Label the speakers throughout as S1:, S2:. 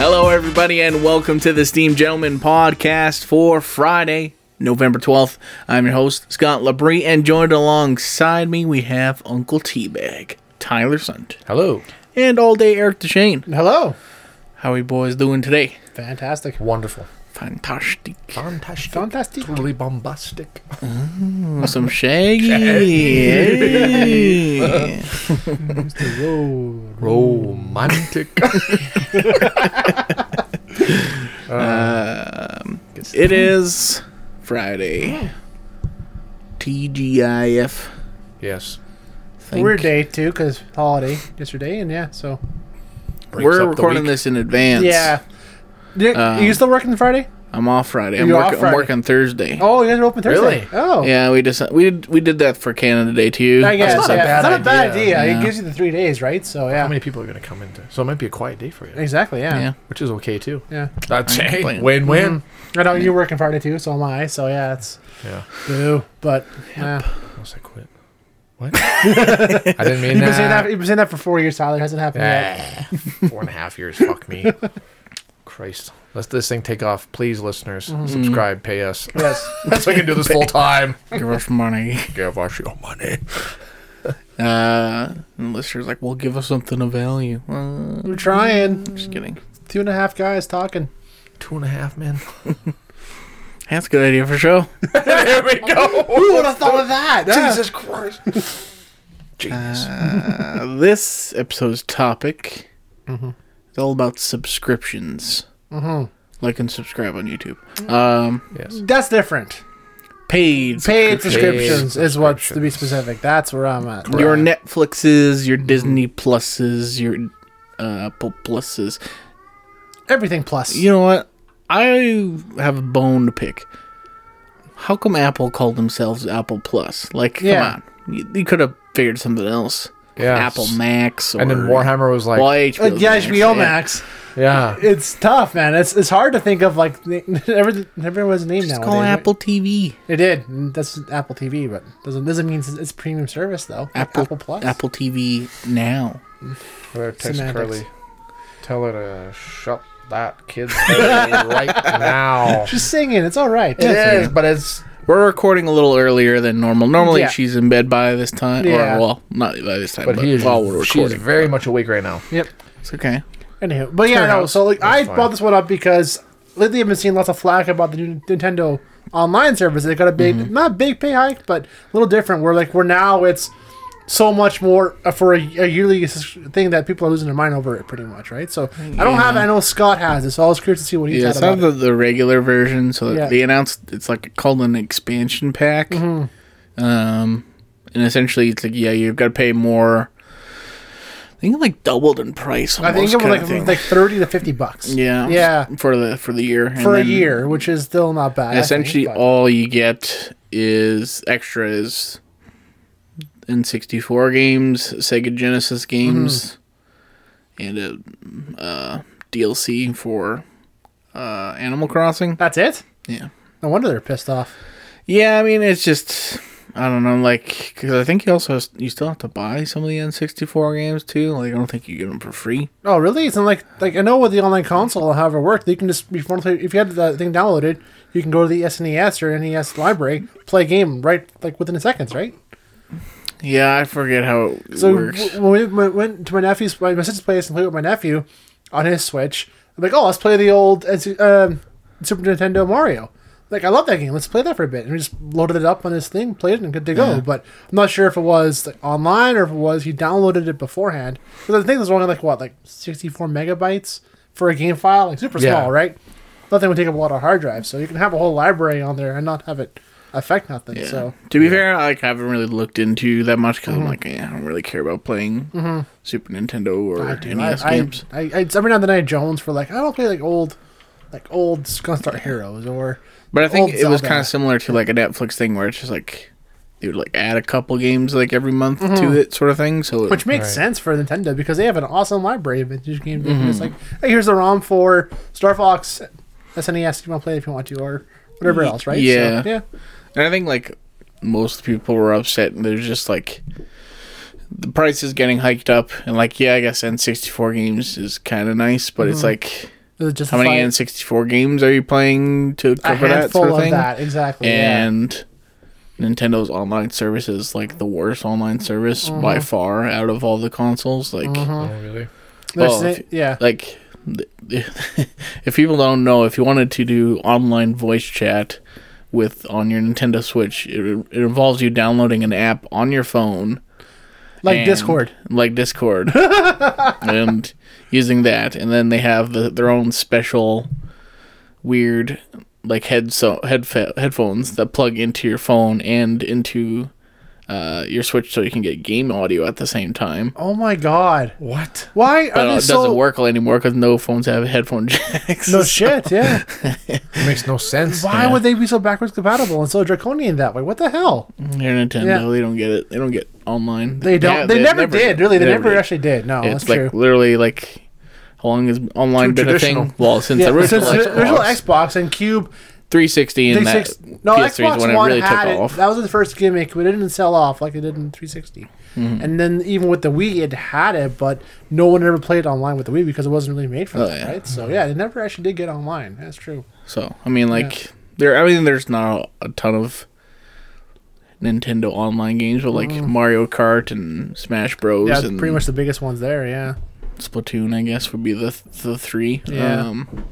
S1: everybody, and welcome to the Steam Gentleman podcast for Friday, November 12th. I'm your host, Scott Labrie, and joined alongside me, we have Uncle Teabag, Tyler Sunt,
S2: Hello.
S1: and all day Eric DeShane.
S2: Hello.
S1: How are you boys doing today?
S2: Fantastic. Wonderful.
S1: Fantastic.
S2: Fantastic. Fantastic. Totally bombastic.
S1: Some shaggy. Hey.
S2: Mm. Romantic.
S1: It is Friday. TGIF.
S2: yes.
S1: Thank
S3: Weird day too, because holiday yesterday, and yeah, so
S2: Breaks
S1: We're
S2: up the
S1: recording
S2: week.
S1: this in advance.
S3: yeah. Did-
S1: Um,
S3: you still working Friday?
S1: I'm off Friday. I'm,
S3: You're
S1: work-
S3: off
S1: I'm
S3: Friday.
S1: working Thursday.
S3: Oh, you guys are open Thursday.
S2: Really?
S3: Oh,
S1: Yeah, we just we did we did that for Canada Day too. uh,
S3: I guess
S2: That's not a
S3: yeah.
S2: bad
S3: it's not a bad
S2: idea.
S3: idea.
S1: Yeah.
S3: It gives you the three days, right? So yeah,
S2: How many people are going to come into? So it might be a quiet day for you,
S3: exactly. Yeah.
S1: Yeah.
S3: yeah,
S2: which is okay too.
S3: yeah.
S2: That's
S1: I ain't complaining.
S2: win-win.
S3: I know you're working Friday too, so am I. So yeah, it's
S2: Yeah.
S3: boo, but yeah.
S2: Unless Mm-hmm. I quit. What? I didn't mean
S3: You've been saying
S2: that.
S3: that. You've been saying that for four years, Tyler. It hasn't happened yet.
S2: Ah, Four and a half years. Fuck me. Christ. Let this thing take off, please, listeners. Subscribe, pay us,
S3: Yes.
S2: so we can do this full time.
S1: Give us money.
S2: Give us your money.
S1: Uh, and listeners like, well, give us something of value. Uh,
S3: We're trying.
S1: just kidding.
S3: Two and a half guys talking.
S2: Two and a half, man.
S1: That's a good idea for show.
S2: there we go.
S3: Who would have thought of that? Yeah.
S2: Jesus Christ. Genius.
S1: Uh, this episode's topic is all about subscriptions. Mm-hmm. Like and subscribe on YouTube.
S3: Mm.
S1: Um,
S2: yes.
S3: That's different.
S1: paid,
S3: Paid
S1: subscriptions.
S3: subscriptions is what's to be
S2: subscriptions.
S3: specific. That's where I'm at.
S1: your Netflixes, your Disney Pluses, your uh, Apple Pluses.
S3: Everything plus.
S1: You know what? I have a bone to pick. How come Apple called themselves Apple Plus? Like, come
S3: Yeah.
S1: on. You, you could have figured something else.
S2: Yeah.
S1: Apple Max or.
S2: And then Warhammer was like,
S1: Well, HBO
S3: Uh, yeah, HBO
S1: yeah.
S3: Max.
S2: yeah.
S3: It's tough, man. It's it's hard to think of like na- every everyone's name
S1: Just
S3: now.
S1: call Apple TV.
S3: It did. and That's Apple TV, but doesn't doesn't mean it's, it's premium service though.
S1: Apple,
S3: Apple Plus.
S1: Apple TV now.
S2: Or Text
S3: Semantics.
S2: Curly. Tell her to shut that kid's head right now.
S3: She's singing. It's all right.
S2: It is, but it's
S1: We're recording a little earlier than normal. Normally
S3: Yeah.
S1: she's in bed by this time.
S3: Yeah.
S1: Or, well, not by this time, but,
S2: but he is
S1: while we're
S2: she is
S1: recording.
S2: very much awake right now.
S3: Yep.
S1: It's okay.
S3: Anywho, but yeah,
S2: her
S3: no.
S2: house.
S3: So like,
S2: That's
S3: I
S2: fine.
S3: brought this one up because lately I've been seeing lots of flack about the new Nintendo online service. They got a big,
S1: Mm-hmm.
S3: not big pay hike, but a little different. Where like we're now it's so much more uh, for a, a yearly s- thing that people are losing their mind over it, pretty much, right? So I don't have. I know Scott has it, so I was curious to see what he
S1: Yeah,
S3: yeah,
S1: it's not
S3: thought about
S1: the,
S3: it.
S1: the regular version. So
S3: Yeah.
S1: they announced it's like called an expansion pack.
S3: Mm-hmm.
S1: Um, and essentially, it's like yeah, you've got to pay more. I think it like doubled in price.
S3: I
S1: almost,
S3: think it was
S1: kinda
S3: like
S1: thing.
S3: like thirty to fifty bucks.
S1: yeah,
S3: yeah,
S1: for the for the year And
S3: for a
S1: then
S3: year, which is still not bad. I think,
S1: Essentially,
S3: but-
S1: all you get is extras in sixty four games, Sega Genesis games,
S3: Mm-hmm.
S1: and a uh, DLC for uh, Animal Crossing.
S3: that's it.
S1: Yeah.
S3: No wonder they're pissed off.
S1: Yeah, I mean, it's just I don't know, like because I think you also has- you still have to buy some of the N64 games too. Like I don't think you get them for free.
S3: Oh, really? It's not like like I know with the online console, however it worked, you can just before if you had the thing downloaded, you can go to the SNES or NES library, play a game right like within seconds, right?
S1: Yeah, I forget how it
S3: So
S1: works.
S3: w- when we went- went to my nephew's, my, my sister's place and played with my nephew on his Switch, I'm like, oh, let's play the old uh, Su- um, Super Nintendo Mario. Like, I love that game. Let's play that for a bit. And we just loaded it up on this thing, played it, and good to go. But I'm not sure if it was like, online or if it was he downloaded it beforehand. Because I think there's only like what, like 64 megabytes for a game file, like super
S2: Yeah.
S3: small, right? Nothing would take up a lot of hard drive, so you can have a whole library on there and not have it affect nothing.
S1: Yeah. Mm-hmm.
S3: So
S1: to be fair, like I haven't really looked into that much because I'm like, yeah, I don't really care about playing Super Nintendo or NES
S3: Mm-hmm. I,
S1: games.
S3: I, I, it's every now and then I Jones for like I don't play like old, like old Gunstar Heroes or
S1: But I think
S3: old
S1: it was
S3: Zelda.
S1: kind of similar to like a Netflix thing where it's just like they would like add a couple games like every month
S3: Mm-hmm.
S1: to it, sort of thing. So it-
S3: which makes
S2: Right.
S3: sense for Nintendo because they have an awesome library of vintage games. They can just
S1: Mm-hmm.
S3: like hey, here's the ROM for Star Fox SNES. You want to play it if you want to or whatever else, right? So,
S1: yeah.
S3: yeah.
S1: And I think like most people were upset and there's just like the
S3: Mm-hmm.
S1: price is getting hiked up and like yeah, I guess N64 games is kind of nice, but it's like
S3: Is it just
S1: How
S3: the
S1: many
S3: fight?
S1: N64 games are you playing to
S3: A
S1: cover that
S3: handful
S1: sort of
S3: of
S1: thing?
S3: that, exactly. yeah.
S1: And Nintendo's online service is like the worst online service
S3: Mm-hmm.
S1: by far out of all the consoles. Like,
S2: Oh, really?
S3: There's
S1: well,
S3: the-
S1: if-
S3: yeah.
S1: like th- if people don't know, if you wanted to do online voice chat with on your Nintendo Switch, it, it involves you downloading an app on your phone
S3: Like
S1: and-
S3: Discord.
S1: like Discord, and using that, and then they have the, their own special weird like head so head headphones that plug into your phone and into uh, your Switch, so you can get game audio at the same time.
S3: Oh my god.
S2: What?
S3: Why
S1: But
S3: are
S1: it
S3: they
S1: doesn't
S3: so
S1: work anymore because no phones have headphone jacks.
S3: No shit, yeah.
S2: It makes no sense.
S3: Why would they be so backwards compatible and so draconian that way? What the hell?
S1: They're Nintendo.
S3: Yeah.
S1: They don't get it. They don't get online.
S3: They don't.
S1: have-
S3: they, never, did. Really, they never,
S1: did.
S3: actually did. No,
S1: It's
S3: that's
S1: like
S3: true.
S1: literally like how long has online
S2: Too
S1: been a thing?
S2: traditional.
S1: Well, since
S3: Yeah,
S1: the original
S3: since the
S1: Xbox,
S3: original Xbox and Cube,
S1: 360 and
S3: 36,
S1: that
S3: no,
S1: PS3
S3: Xbox
S1: is when it
S3: One
S1: really took
S3: had it.
S1: off.
S3: That was the first gimmick, but it didn't sell off like it did in 360.
S1: Mm-hmm.
S3: And then even with the Wii, it had it, but no one ever played online with the Wii because it wasn't really made for
S1: Oh,
S3: that,
S1: yeah.
S3: right? So yeah, it never actually did get online. That's true.
S1: So I mean, like there. I mean, there's not a ton of Nintendo online games, but like Mario Kart and Smash Bros.
S3: Mm. Yeah,
S1: and
S3: pretty much the biggest ones there. Yeah,
S1: Splatoon, I guess, would be the the three.
S3: Yeah.
S1: Um,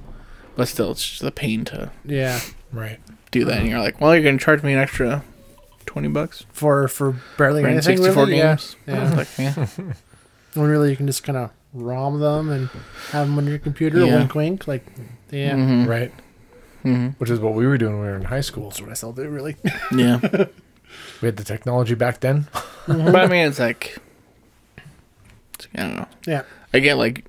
S1: but still, it's just a pain to
S3: yeah.
S2: Right.
S1: do that,
S3: Uh-huh.
S1: and you're like, well, you're gonna charge me an extra twenty bucks
S3: For for barely
S1: for
S3: anything,
S1: sixty four
S3: really. Yeah.
S1: games.
S3: Yeah.
S1: I was like, yeah.
S3: When really you can just kind of ROM them and have them on your computer,
S1: Yeah.
S3: wink, wink. Like, yeah,
S1: Mhm.
S2: Right.
S1: Mhm.
S2: Which is what we were doing when we were in high school.
S3: that's what I still do. Really,
S1: Mm-hmm. yeah.
S2: We had the technology back then.
S1: But I mean, it's like, it's- I don't know.
S3: yeah.
S1: I get like,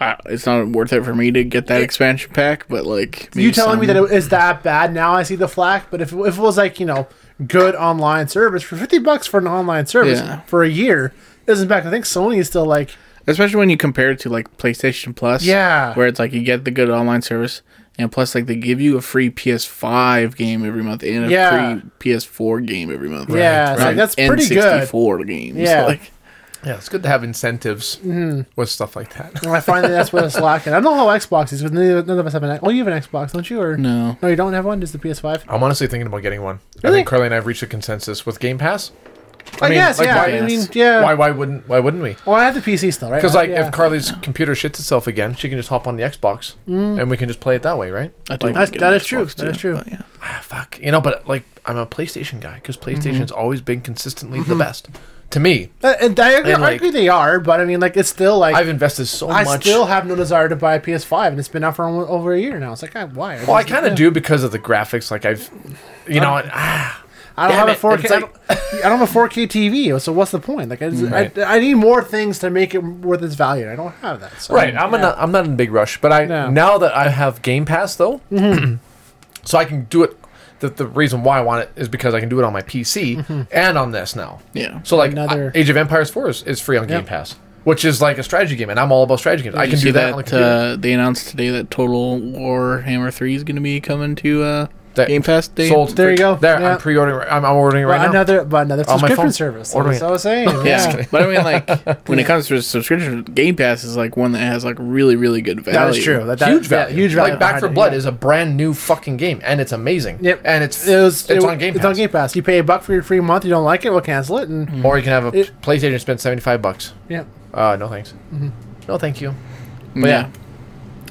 S1: I- it's not worth it for me to get that expansion pack, but like,
S3: you telling me that it is that bad now i see the flack but if, if it was like you know good online service for 50 bucks for an online service
S1: Yeah.
S3: for a year isn't back i think sony is still like
S1: especially when you compare it to like PlayStation Plus,
S3: Yeah.
S1: where it's like you get the good online service, and plus like they give you a free PS5 game every month and a
S3: Yeah.
S1: free PS4 game every month.
S3: Yeah, it's like,
S1: Right.
S3: that's
S1: And
S3: pretty good.
S1: 64 games.
S3: Yeah.
S1: like
S2: Yeah, it's good to have incentives with stuff like that.
S3: i find that that's what it's lacking i don't know how xbox is because none of us have an oh you have an xbox don't you or
S1: no.
S3: no you don't have one just the ps5
S2: I'm honestly thinking about getting one. I
S3: Really?
S2: think Carly and I have reached a consensus with Game Pass.
S3: i,
S2: mean,
S3: guess
S2: like,
S3: yeah
S2: why-
S3: i mean
S1: yes.
S3: yeah
S2: Why? Why wouldn't? Why wouldn't we?
S3: well i have the pc still right
S2: Because
S3: I-
S2: like,
S3: yeah.
S2: if Carly's computer shits itself again, she can just hop on the Xbox,
S3: Mm.
S2: and we can just play it that way, right?
S1: I do want
S3: Like, that's-
S1: to get
S3: that
S1: an
S3: is true.
S1: Xbox
S3: That is
S1: too,
S3: true.
S1: but Yeah.
S2: Ah, fuck. You know, but like, I'm a PlayStation guy because
S3: Mm-hmm.
S2: PlayStation's always been consistently the best to me.
S3: Uh, and I, agree,
S2: And,
S3: I
S2: like-
S3: agree they are but i mean like it's still like
S2: I've invested so
S3: i
S2: much.
S3: still have no desire to buy a ps5 and it's been out for almo- over a year now it's like I- why
S2: well, I kind of do because of the graphics. Like, I've, you
S3: Uh,
S2: know, and, ah,
S3: I don't
S2: Damn
S3: have
S2: it,
S3: a 4K.
S2: it's
S3: I, don't, I don't have a 4K TV, so what's the point? Like, I, just-
S2: Right.
S3: I, I need more things to make it worth its value. I don't have that. So.
S2: right. I'm not. I'm not in a big rush, but I
S3: Um, No. Mm-hmm.
S2: now that I have Game Pass though, so I can do it. The, the reason why I want it is because I can do it on my PC and on this now.
S1: Yeah.
S2: So like
S3: Mm-hmm. Another-
S2: I- Age of Empires 4 is, is free on Game Pass, which is like a strategy game, and I'm all about strategy games. I
S1: Did
S2: can
S1: you
S2: do
S1: see
S2: that. on the
S1: that
S2: computer.
S1: uh, they announced today that Total War Hammer Three is going to be coming to uh,
S2: That-
S1: Game Pass. Day.
S2: Sold.
S3: There you go.
S2: There,
S3: Yeah.
S2: I'm pre-ordering. I'm, I'm ordering
S3: But
S2: right now.
S3: another, but another
S2: On Oh, my phone.
S3: subscription service.
S2: Ordering
S3: That's
S2: it.
S3: what I was saying.
S1: Yeah,
S3: yeah.
S1: but I mean, like when it comes to subscription, Game Pass is like one that has like really, really good value.
S3: That is true. That, that,
S2: huge
S3: yeah,
S2: value.
S3: huge value.
S2: Like Back for
S3: behind it,
S2: Blood
S3: yeah.
S2: is a brand new fucking game, and it's amazing.
S3: Yep.
S2: And it's
S3: It was,
S2: it's
S3: it-
S2: on Game Pass. Mm.
S3: It's on Game Pass. You pay a buck for your free month. You don't like it, we'll cancel it. And
S2: Or you can have a
S3: It- Mm-hmm.
S2: PlayStation and spend seventy five bucks.
S3: yeah,
S2: Uh, no thanks. No thank you.
S1: Yeah.
S2: yeah.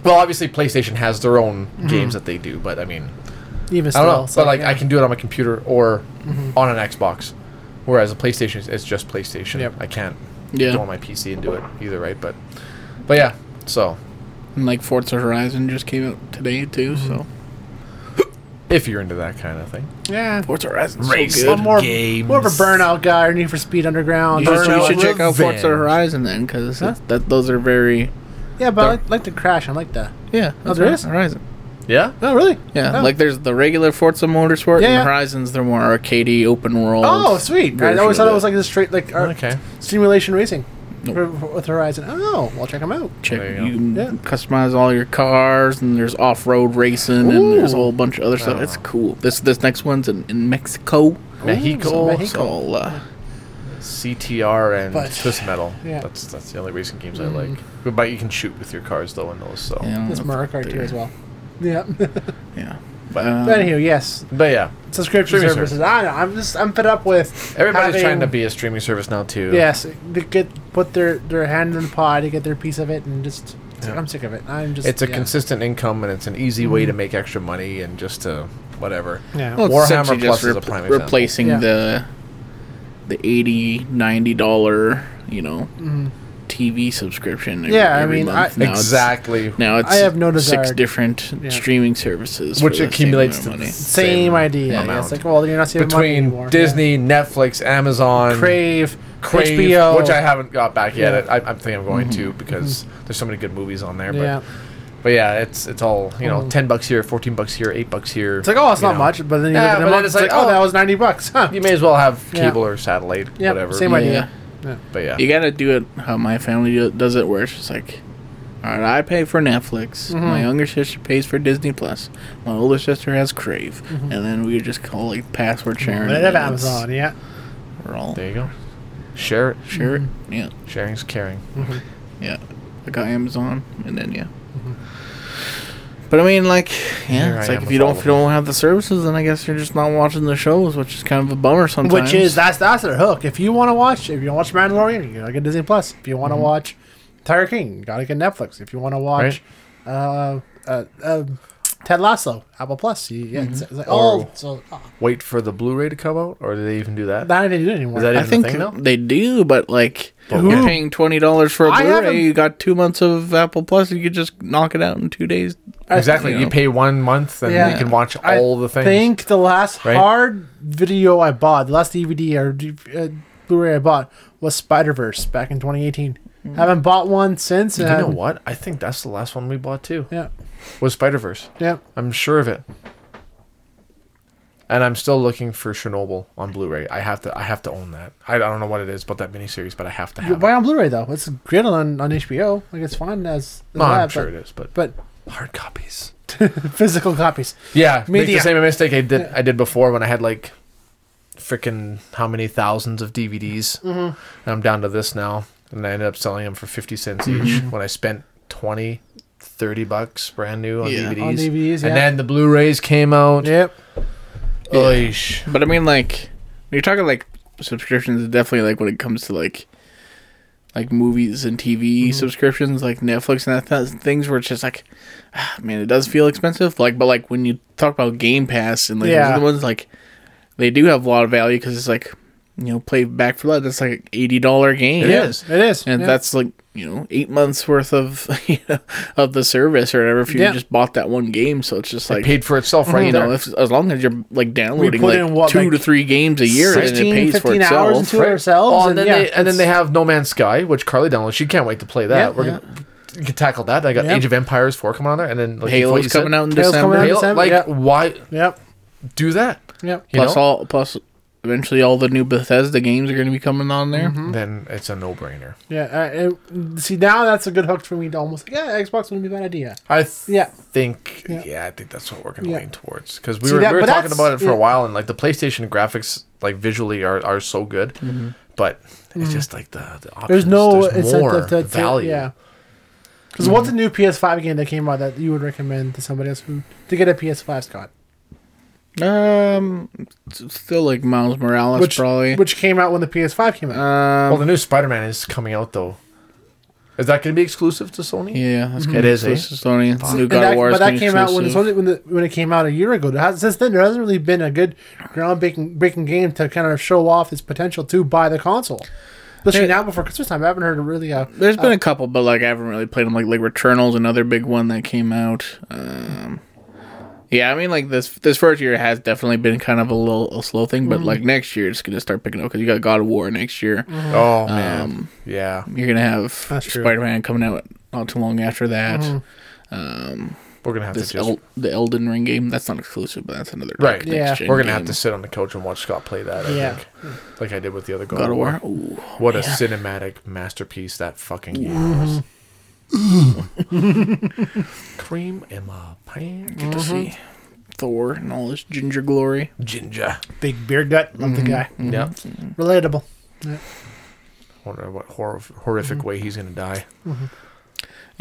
S2: Well, obviously PlayStation has their own games that they do, but I mean, I
S3: even Mm-hmm. still,
S2: don't know.
S3: it's
S2: But like,
S3: yeah. Mm-hmm.
S2: I can do it on my computer or on an Xbox, whereas a PlayStation it's just PlayStation.
S3: Yep.
S2: I can't
S1: Yeah.
S2: go on my PC and do it either, right? But, but yeah. So
S1: And like Forza Horizon just came out today too, so
S2: if you're into that kind of thing,
S3: yeah.
S1: Forza Horizon's
S2: Race.
S1: so
S3: I'm
S1: good.
S3: more,
S2: games.
S3: more of a burnout guy or Need for Speed Underground.
S1: You should, you
S2: Burnout
S1: should check out Forza
S2: Revenge.
S1: Horizon then, because that those are very
S3: yeah, but I like, like to crash. I like the.
S1: yeah. That's
S3: there
S1: right,
S3: is?
S1: Horizon.
S2: yeah.
S3: Oh, really?
S1: Yeah,
S3: Oh.
S1: like there's the regular Forza Motorsport,
S3: Yeah, yeah.
S1: and Horizons they're more arcadey, open world.
S3: Oh, sweet! I
S1: version
S3: always thought
S1: of
S3: it was like this straight like ar-
S2: Okay.
S3: simulation racing
S1: Nope.
S3: for- for- with Horizon. Oh, well, check them out.
S1: Check,
S2: There you
S1: you,
S2: go.
S1: can
S3: Yeah.
S1: customize all your cars, and there's off-road racing, and there's a whole bunch of other stuff.
S2: Oh.
S1: It's cool. This this next one's in, in Mexico.
S2: Mexico.
S1: So, uh,
S2: CTR and
S3: But-
S2: Swiss Metal.
S3: yeah. Mm.
S2: That's that's the only racing games I like. But- But you can shoot with your cars though in those. So.
S1: Yeah,
S3: This Mario Kart 2 as well. Yeah.
S2: Um,
S1: Yeah.
S2: But-
S1: Um,
S3: but anywho, yes,
S2: But yeah,
S3: subscription
S2: Streaming
S3: services. I know. I'm just I'm fed up with
S2: everybody's
S3: having-
S2: trying to be a streaming service now too.
S3: Yes, to get put their their hand in the pie to get their piece of it, and just it's like,
S2: Yeah.
S3: I'm sick of it. I'm just
S2: It's a
S3: yeah. Mm-hmm.
S2: consistent income and it's an easy way to make extra money and just to whatever.
S3: yeah.
S1: Well, it's
S2: Warhammer
S1: essentially
S2: Plus
S1: just
S2: is a
S1: rep-
S2: prime example.
S1: replacing
S3: Yeah.
S1: the the 80 90 dollar you know tv subscription every,
S3: Mm-hmm. Yeah, I
S1: every
S3: mean,
S1: month.
S3: I-
S1: now it's-
S2: exactly.
S1: now it's
S3: I have no
S1: six
S3: desire-
S1: different
S3: Yeah.
S1: streaming services
S2: Which
S1: for the same amount
S2: accumulates to
S1: of
S2: the
S1: money.
S3: same
S2: same
S3: idea. yeah,
S2: amount.
S3: It's like well, you're not saving money anymore.
S2: Between
S3: Yeah.
S2: Disney, Netflix, Amazon,
S3: Crave,
S2: Crave,
S3: HBO,
S2: which I haven't got back yet.
S3: Yeah. Mm-hmm.
S2: I, I think I'm going to because there's so many good movies on there. But
S3: yeah.
S2: yeah, but yeah it's it's all you know,
S3: Mhm.
S2: ten bucks here, fourteen bucks here, eight bucks here.
S3: It's like oh, it's
S2: you
S3: not
S2: know.
S3: much, but then you
S2: Yeah,
S3: look at the
S2: but then
S3: month,
S2: it's
S3: it's like
S2: like,
S3: oh, that
S2: oh.
S3: was ninety bucks. Huh.
S2: You may as well have
S3: Yeah.
S2: cable or satellite,
S3: Yeah,
S2: whatever.
S3: same
S1: yeah.
S3: idea.
S2: But yeah,
S1: you gotta do it how my family do, does it where it's just like all right i pay for netflix
S3: Mm-hmm.
S1: my younger sister pays for disney plus my older sister has crave and then we just call like password sharing
S3: But I Mm-hmm.
S1: and
S3: have
S1: it's-
S3: Amazon. Yeah.
S1: we're all
S2: there you go. Share it.
S1: sure
S3: Mm-hmm.
S1: yeah
S2: Sharing's caring.
S1: Yeah. I got Amazon and then yeah. But I mean like yeah,
S2: Mm-hmm. Here
S1: it's
S2: I
S1: like
S2: am
S1: if you
S2: with
S1: don't
S2: all
S1: if you don't have the services then I guess you're just not watching the shows, which is kind of a bummer sometimes.
S3: Which is that's that's their hook. If you want to watch, if you want to watch Mandalorian, you gotta get Disney Plus. If you want to
S2: Mm-hmm.
S3: watch Tiger King, you gotta get Netflix. If you want to watch uh, uh, uh, Ted Lasso, Apple Plus. You, yeah, it's, it's like,
S2: Mm-hmm. Or-
S3: oh, so oh,
S2: Wait for the Blu-ray to come out, or do they even do that?
S3: that I didn't do it anymore.
S2: Is that
S1: I
S2: even
S1: think
S2: a thing now?
S1: they do, but like
S3: Who?
S1: you're paying twenty dollars for a
S3: I haven't-
S1: Blu-ray, you got two months of Apple Plus, and you could just knock it out in two days.
S2: Exactly. You
S1: know.
S2: pay one month, and
S3: Yeah.
S2: you can watch
S3: I
S2: all the things.
S3: think the last
S2: right?
S3: hard video I bought, the last DVD or D- uh, Blu-ray I bought was Spider Verse back in 2018. Haven't bought one since.
S2: Mm. You
S3: and-
S2: know what? I think that's the last one we bought too.
S3: Yeah,
S2: Was Spider Verse?
S3: yeah.
S2: I'm sure of it. And I'm still looking for Chernobyl on Blu-ray. I have to. I have to own that. I, I don't know what it is about that miniseries, but I have to
S3: You
S2: have
S3: buy
S2: it.
S3: on Blu-ray though. It's great on on HBO. Like it's fun as. as
S2: No, I'm
S3: that,
S2: sure
S3: but-
S2: it is, but,
S3: But
S2: hard copies.
S3: physical copies.
S2: Yeah, make the
S3: Media.
S2: same mistake I did. I did before when I had like, freaking how many thousands of DVDs. And
S3: Mm-hmm.
S2: I'm down to this now, and I ended up selling them for fifty cents each
S3: Mm-hmm.
S2: when I spent 20, 30 bucks brand new on
S1: Yeah.
S2: DVDs.
S3: On DVDs, yeah.
S2: And then the Blu-rays came out.
S3: Yep.
S2: Oish.
S1: But I mean, like, when you're talking like subscriptions, definitely like when it comes to like like movies and TV
S3: Mm-hmm.
S1: subscriptions, like Netflix and that th- things, where it's just like, ah, man, it does feel expensive. Like, but like when you talk about Game Pass and like those
S3: Yeah.
S1: are the ones like they do have a lot of value because it's like you know play Back for Blood. That's like an eighty dollar game.
S2: It is.
S3: It is.
S1: And
S3: yeah.
S1: that's like you know eight months worth of you know, of the service or whatever. If you
S3: Yeah.
S1: just bought that one game, so it's just like
S2: it paid for
S3: Mm-hmm.
S2: itself right
S1: you
S2: there.
S1: know, if, as long as you're like downloading
S3: put
S1: like
S3: in, what,
S1: two
S3: like,
S1: to three games a year, and it
S3: 16,
S1: pays for
S3: 15 hours
S1: itself.
S3: into it ourselves,
S2: Oh, and,
S3: and
S2: then
S3: yeah,
S2: they, and
S3: it's-
S2: then they have No Man's Sky, which Carly downloads. She can't wait to play that.
S3: Yeah,
S2: We're gonna we can tackle that. I got
S3: Yeah.
S2: Age of Empires four coming on there, and then like, what you
S1: Halo's
S2: said,
S1: coming out in
S3: Halo's coming
S1: December.
S3: out in
S2: Halo,
S3: December,
S2: like
S3: yeah.
S2: why
S3: Yep.
S2: do that?
S3: Yep.
S2: You
S1: plus
S2: know?
S1: all plus eventually all the new Bethesda games are going to be coming on there.
S2: Mm-hmm. then it's a no-brainer.
S3: Yeah. Uh, and see, now that's a good hook for me to almost like, yeah, Xbox wouldn't be a bad idea.
S2: I th-
S3: Yeah.
S2: think,
S3: Yeah.
S2: yeah. I think that's what we're going to
S3: Yeah.
S2: lean towards because we
S3: See
S2: were,
S3: that-
S2: we were
S3: but
S2: talking
S3: that's-
S2: about it for
S3: yeah.
S2: a while, and like the PlayStation graphics, like visually, are, are so good, but it's just like the, the options.
S3: Mm-hmm. There's no
S2: there's
S3: incentive
S2: more
S3: to, to
S2: value.
S3: Yeah. Because what's a new PS5 game that came out that you would recommend to somebody else who to get a PS5, Scott?
S1: Um, it's still like Miles Morales
S3: Mm-hmm. Which
S1: probably.
S3: which came out when the PS5 came out.
S1: um,
S2: Well, the new Spider-Man is coming out though. Is that going to be exclusive to Sony?
S1: yeah, that's
S2: It is, eh?
S1: exclusive to Sony. It's New
S3: And
S1: God
S3: that-
S1: of War
S3: but
S1: is
S3: that
S1: getting
S3: came out when it's
S1: exclusive.
S3: only- when, the, when it came out a year ago. There has- Since then, there hasn't really been a good ground breaking breaking game to kind of show off its potential to buy the console. Especially
S1: Hey.
S3: now before Christmas time, I haven't heard of really uh, a
S1: There's been a couple, but like I haven't really played them. Like like Returnal's another big one that came out. Um, yeah, I mean like this this first year has definitely been kind of a little a slow thing, but
S3: Mm-hmm.
S1: like next year it's gonna start picking up because you got God of War next year.
S2: Oh man,
S1: Um,
S2: yeah.
S1: You're gonna have
S3: Mm-hmm. That's true. Mm-hmm.
S1: Spider Man coming out not too long after that. Um,
S2: We're gonna have to
S1: this
S2: just
S1: El- the Elden Ring game that's not exclusive, but that's another
S2: Right.
S1: like,
S3: Yeah.
S1: next-gen
S2: we're gonna have
S1: game.
S2: to sit on the couch and watch Scott play that. I
S3: Yeah.
S2: think, like I did with the other
S1: God of War. Ooh.
S2: What a cinematic masterpiece that fucking game was. Cream in my pants.
S1: Good to see Thor and all his ginger glory. Mm-hmm.
S2: Ginger. Mm-hmm.
S3: big beer gut. Love the guy.
S2: Yeah.
S3: Relatable.
S2: I wonder what hor- horrific way he's gonna die.
S1: Yeah.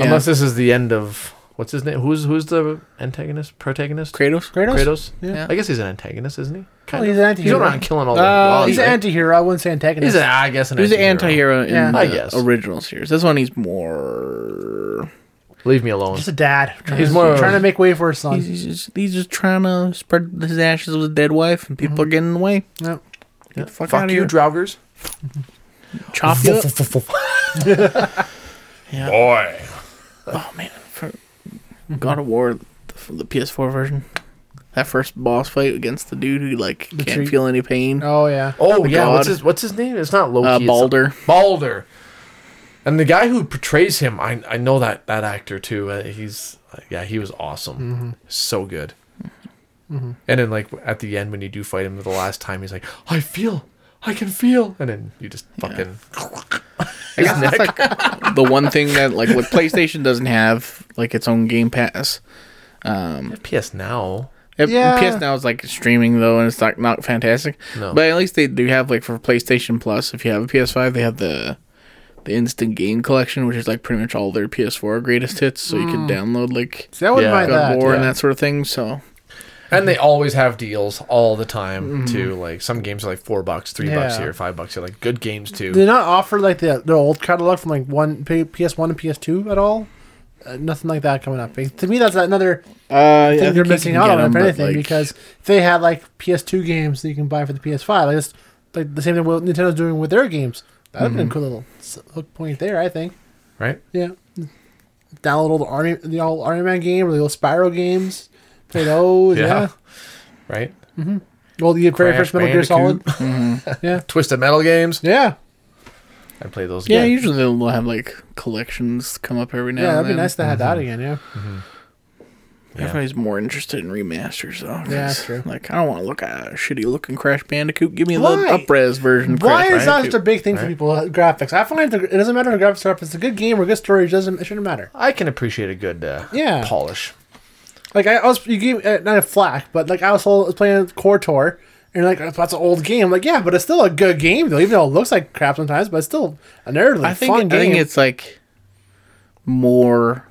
S2: Unless this is the end of what's his name? Who's who's the antagonist? Protagonist?
S1: Kratos.
S3: Kratos?
S2: Kratos?
S1: Yeah.
S2: I guess he's an antagonist, isn't he?
S3: Well, he's an
S2: He's going
S3: anti-hero.
S2: around killing all the.
S3: Uh,
S2: laws,
S3: he's
S2: right?
S3: an anti-hero. I wouldn't say
S2: He's
S3: antagonist.
S2: an, I guess an
S1: He was an
S2: anti-hero.
S1: anti-hero in
S3: Yeah.
S1: the
S2: I guess.
S1: original series. This one he's more.
S2: Leave me alone.
S3: just a dad. Trying,
S2: He's more of-
S3: trying to make way for his son.
S1: He's, Oh, he's just he's just trying to spread his ashes with his dead wife, and people are getting in the way.
S3: Yep.
S1: Get the fuck, out of here.
S2: Draugrs.
S1: Chop you up. Yeah.
S2: Boy.
S1: Oh man, for God of War, the, the PS4 version, that first boss fight against the dude who like can't
S3: tree.
S1: feel any pain,
S3: Oh yeah.
S2: Oh yeah,
S1: God.
S2: what's his what's his name? It's not Loki.
S1: uh,
S2: it's-
S1: Balder.
S2: Balder. And the guy who portrays him, I I know that that actor too. Uh, he's yeah, he was awesome. So good. And then like at the end when you do fight him the last time, he's like, I feel, I can feel, and then you just fucking.
S1: I guess that's like the one thing that like what PlayStation doesn't have like its own Game Pass. Um,
S2: PS now.
S1: If-
S3: Yeah.
S1: PS Now is like streaming though, and it's like not fantastic.
S2: No.
S1: But at least they do have like for PlayStation Plus. If you have a PS5, they have the the instant game collection, which is like pretty much all their PS4 greatest hits. So you can download like
S3: Hmm. See, I wouldn't
S2: Yeah.
S3: mind
S1: God
S3: that.
S1: of War and
S2: yeah.
S1: that sort of thing. So Uh,
S2: And they always have deals all the time too. Like some games are like four bucks, three bucks
S3: Mm-hmm. Yeah.
S2: here, five bucks here. Like good games too.
S3: Do they not offer like the the old catalog from like one P- PS1 and PS2 at all? Uh, nothing like that coming up. To me, that's another
S1: uh,
S3: thing you're missing out on, if anything, because if they had like PS2 games that you can buy for the PS5, like, it's, like the same thing what Nintendo's doing with their games. That would have
S2: Mm-hmm.
S3: been a cool little s- hook point there, I think.
S2: right?
S3: Yeah. Download old Army, the old Iron Man game or the old Spyro games. Play those, yeah.
S2: Yeah. Right?
S3: Well, the very
S2: Crash
S3: first Metal Gear Solid.
S2: Bandicoot.
S1: mm-hmm.
S3: yeah.
S2: Twisted Metal games.
S3: Yeah.
S2: I play those.
S1: yeah,
S2: again.
S1: usually they'll have like collections come up every now.
S3: Yeah,
S1: and
S3: that'd be
S1: then.
S3: nice to have that
S2: mm-hmm.
S3: again, yeah.
S1: Everybody's more interested in remasters, though. 'cause,
S3: Yeah, that's true.
S1: Like, I don't want to look at a shitty looking Crash Bandicoot. Give me the
S3: Why?
S1: upres version. Of
S3: Why
S1: Crash
S3: is that
S1: Bandicoot.
S3: such a big thing for
S2: Right.
S3: people? uh, Graphics. I find the, it doesn't matter if the graphics are up. It's a good game or good story. It doesn't. It shouldn't matter.
S2: I can appreciate a good uh,
S3: Yeah.
S2: polish.
S3: Like I, I was, you gave uh, not a flack, but like I was all- playing Core Tour, and you're like "Oh, that's an old game. I'm like yeah, but it's still a good game though, even though it looks like crap sometimes. But it's still a narratively
S1: I think,
S3: fun
S1: I
S3: game.
S1: think it's like more.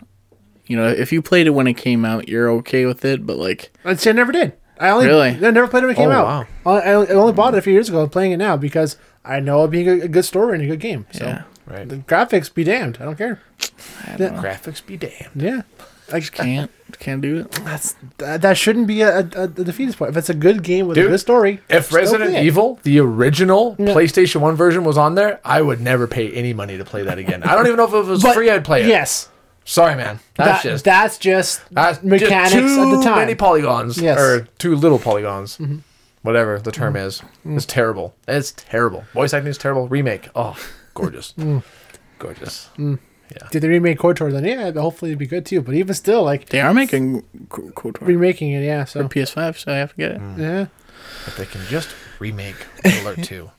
S1: You know, if you played it when it came out, you're okay with it. But like,
S3: I'd say I never did. I only
S1: Really?
S3: I never played it when it came
S2: Oh,
S3: out. I, I only bought it a few years ago. and playing it now because I know it'd be a, a good story and a good game. So
S1: yeah,
S2: Right.
S3: the graphics be damned. I don't care.
S2: Graphics be damned.
S3: Yeah. Like,
S1: can't can't do it.
S3: That's that, that shouldn't be a, a, a defeatist point. If it's a good game with
S2: Dude,
S3: a good story,
S2: If
S3: still
S2: Resident
S3: play it.
S2: Evil, the original PlayStation 1 version, was on there, I would never pay any money to play that again. I don't even know if it was
S3: But-
S2: free, I'd play it.
S3: Yes,
S2: Sorry, man. That's just.
S3: that's just that's just
S2: that's just
S3: Uh, mechanics at the
S2: too
S3: time.
S2: many polygons.
S3: Yes. Mm-hmm.
S2: Or too little polygons. Whatever the term is. It's terrible. It's terrible. Voice acting is terrible. Remake. Oh, gorgeous.
S3: Mm.
S2: Gorgeous.
S3: Did they remake KOTOR? Then yeah, but hopefully it'd be good too. But even still, like
S1: They are making K- KOTOR
S3: remaking it, yeah.
S1: for
S3: So eh,
S1: PS5, so I have to get it.
S2: Mm-hmm.
S3: yeah,
S2: If they can just remake Red Alert 2.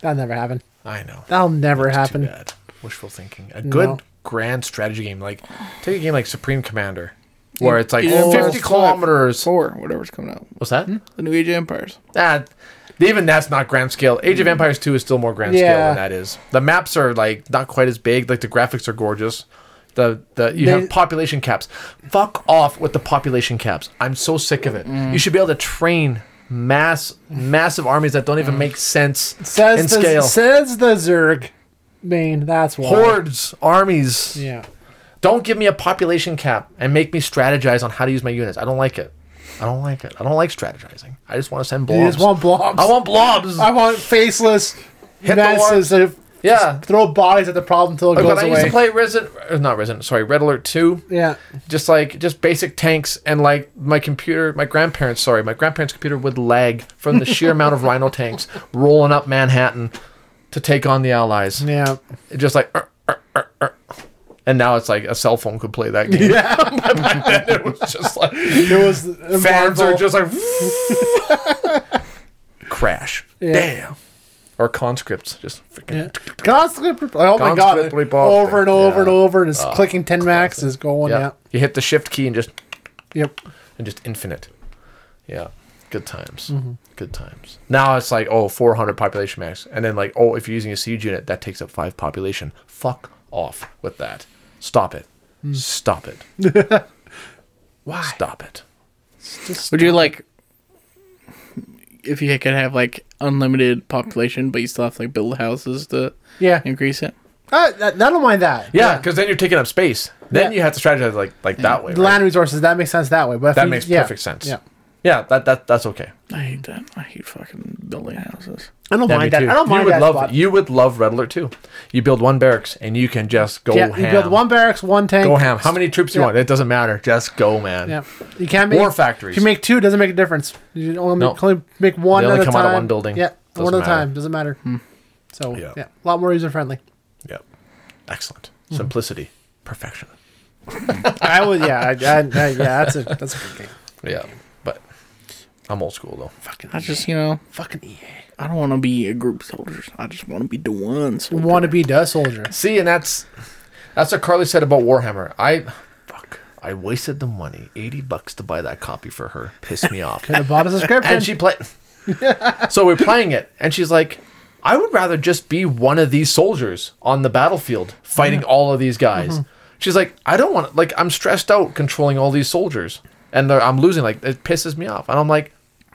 S3: that'll never happen.
S2: I know.
S3: That'll never
S2: It's
S3: happen.
S2: Too bad. Wishful thinking. A good
S3: No.
S2: grand strategy game, like take a game like Supreme Commander, where it's like
S1: Yeah.
S2: fifty
S1: Oh,
S2: kilometers.
S1: Four, whatever's coming out,
S2: What's
S3: Hmm?
S2: that?
S1: the New Age of Empires.
S2: That Ah, even that's not grand scale. Age of Empires two is still more grand scale
S3: Hmm. Yeah.
S2: than that is. The maps are like not quite as big. Like the graphics are gorgeous. The the you
S3: They-
S2: have population caps. Fuck off with the population caps. I'm so sick of it.
S3: Hmm.
S2: You should be able to train mass massive armies that don't even make sense
S3: Hmm. Says
S2: in
S3: the
S2: scale.
S3: says the Zerg main. That's why.
S2: Hordes, armies.
S3: Yeah.
S2: Don't give me a population cap and make me strategize on how to use my units. I don't like it. I don't like it. I don't like strategizing. I just want to send blobs.
S3: You just want blobs.
S2: I want blobs.
S3: I want faceless
S2: Hit the
S3: masses that
S2: yeah.
S3: throw bodies at the problem until it
S2: Like when
S3: goes
S2: Oh, I used to
S3: away.
S2: play Resident, uh, not Resident, sorry, Red Alert 2,
S3: yeah.
S2: just like, just basic tanks, and like my computer, my grandparents, sorry, my grandparents' computer would lag from the sheer amount of Rhino tanks rolling up Manhattan to take on the Allies.
S3: Yeah.
S2: It just like, "Er, er, er, er." and now it's like a cell phone could play that game. Yeah. it was just like,
S3: It was
S2: fans are
S3: Marvel.
S2: just like crash. Damn. Or conscripts just
S3: Yeah.
S2: freaking
S3: Conscript report. Oh my god.
S2: Conscript report.
S3: Over and over
S2: Yeah.
S3: and over, and it's clicking 10 max is going,
S2: yeah.
S3: Oh, yeah.
S2: You hit the shift key and just
S3: Yep.
S2: and just infinite. Yeah. Good times.
S3: Mm-hmm.
S2: Good times. Now it's like, oh, 400 population max. And then, like, oh, if you're using a siege unit, that takes up five population. Fuck off with that. Stop it. Stop it.
S3: Hmm. Why?
S2: Stop it.
S1: Would you like if you could have like unlimited population, but you still have to like build houses to
S3: Yeah.
S1: increase it?
S3: Uh, that, I don't mind that.
S2: Yeah, because then you're taking up space. Then
S3: Yeah.
S2: you have to strategize like like that way.
S3: The
S2: right?
S3: land resources, that makes sense that way. But if
S2: That
S3: we-
S2: makes
S3: yeah.
S2: perfect sense.
S3: Yeah.
S2: Yeah, that, that that's okay.
S1: I hate that. I hate fucking building houses.
S3: I don't
S2: Yeah, me
S3: mind that.
S2: too.
S3: I don't mind
S2: you would
S3: that
S2: love
S3: spot.
S2: you would love Red Alert too. You build one barracks and you can just go
S3: yeah,
S2: ham.
S3: you build one barracks, one tank.
S2: go ham. How many troops you
S3: Yeah.
S2: want? It doesn't matter. Just go, man.
S3: Yeah, you can't make
S2: War factories.
S3: If you make two, it doesn't make a difference. You only,
S2: No.
S3: make, only make one.
S2: They only
S3: at a
S2: come
S3: time.
S2: out of one building.
S3: Yeah,
S2: Doesn't
S3: one at a
S2: matter.
S3: time doesn't matter. So
S2: Yeah.
S3: yeah. a lot more user friendly.
S2: Yep. Excellent. Simplicity. Perfection.
S3: I would, yeah, I, I, I, yeah, that's a that's a good game.
S2: Yeah. But I'm old school though.
S3: Fucking,
S1: I just you know
S3: fucking
S2: E
S3: EA.
S1: I don't want to be a group soldier. I just want to be the one. soldier.
S3: Want to be the soldier?
S2: See, and that's that's what Carly said about Warhammer. I fuck. I wasted the money, eighty bucks to buy that copy for her. Pissed me off.
S3: I bought a subscription.
S2: and she played. so we're playing it, and she's like, "I would rather just be one of these soldiers on the battlefield fighting all of these guys." She's like, "I don't want like I'm stressed out controlling all these soldiers, and they're- I'm losing. Like it pisses me off." And I'm like.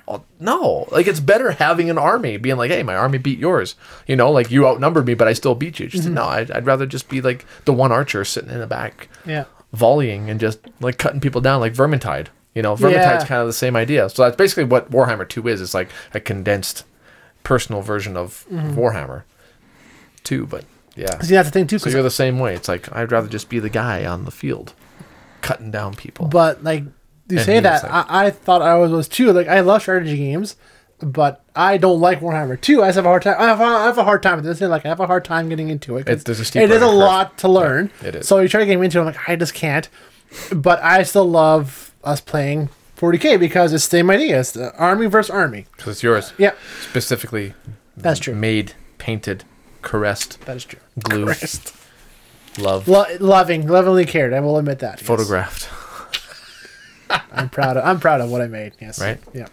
S2: "Oh, No, like it's better having an army, being like, "Hey, my army beat yours," you know, like you outnumbered me, but I still beat you. She said, "No, I'd, I'd rather just be like the one archer sitting in the back,
S3: yeah,
S2: volleying and just like cutting people down like Vermintide. You know, Vermintide's
S3: Yeah.
S2: kind of the same idea. So that's basically what Warhammer 2 is. It's like a condensed personal version of
S3: Mm-hmm.
S2: Warhammer 2, but yeah.
S3: see that's the thing too.
S2: So
S3: 'cause-
S2: you're the same way. It's like I'd rather just be the guy on the field cutting down people.
S3: but like you
S2: And
S3: say
S2: he
S3: that,
S2: was like-
S3: I, I thought I was, was too. Like I love strategy games, but I don't like Warhammer 2. I just have a hard time. I have, I have a hard time with this. and, Like I have a hard time getting into it. 'cause
S2: It's- there's a steep
S3: it is a
S2: learning curve.
S3: lot to learn.
S2: Yeah, it is.
S3: So you try to get me into. it, I'm like I just can't. But I still love us playing 40k because it's the same idea. It's the army versus army.
S2: Cuz it's yours.
S3: Yeah,
S2: Specifically
S3: That's true.
S2: made, painted, caressed,
S3: that is true.
S2: glued, loved,
S3: Lo- loving, lovingly cared. I will admit that. yes.
S2: photographed.
S3: I'm proud. Of, I'm proud of what I made. Yes.
S2: Right?
S3: Yeah.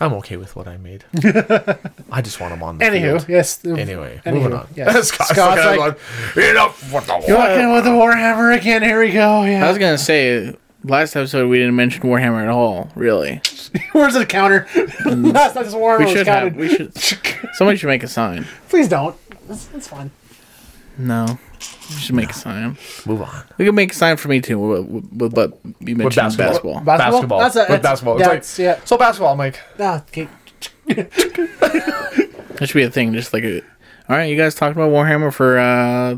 S2: I'm okay with what I made. I just want them on the field.
S3: Anywho, yes. the-
S2: Anyway,
S3: anywho,
S2: moving on.
S3: Yes.
S2: Scott's,
S3: Scott's
S2: looking at
S3: like,
S2: like, enough with the war."
S3: Fucking with the Warhammer again. Here we go.
S1: I was
S3: Yeah.
S1: gonna say last episode we didn't mention Warhammer at all. Really,
S3: Where's the counter? That's not just Warhammer.
S1: we
S3: it's
S1: should
S3: counted.
S1: have. We should. Somebody should make a sign.
S3: Please don't. It's, it's fine.
S1: No, we should make a sign.
S2: Move on.
S1: We could make a sign for me too. With, with, but you mentioned
S2: basketball.
S1: basketball.
S2: Basketball.
S3: That's a,
S2: With
S3: that's,
S2: basketball. It's like-
S3: That's, yeah.
S2: So basketball, I'm like,
S3: Ah, okay.
S1: That should be a thing. Just like, a, all right, you guys talked about Warhammer for uh,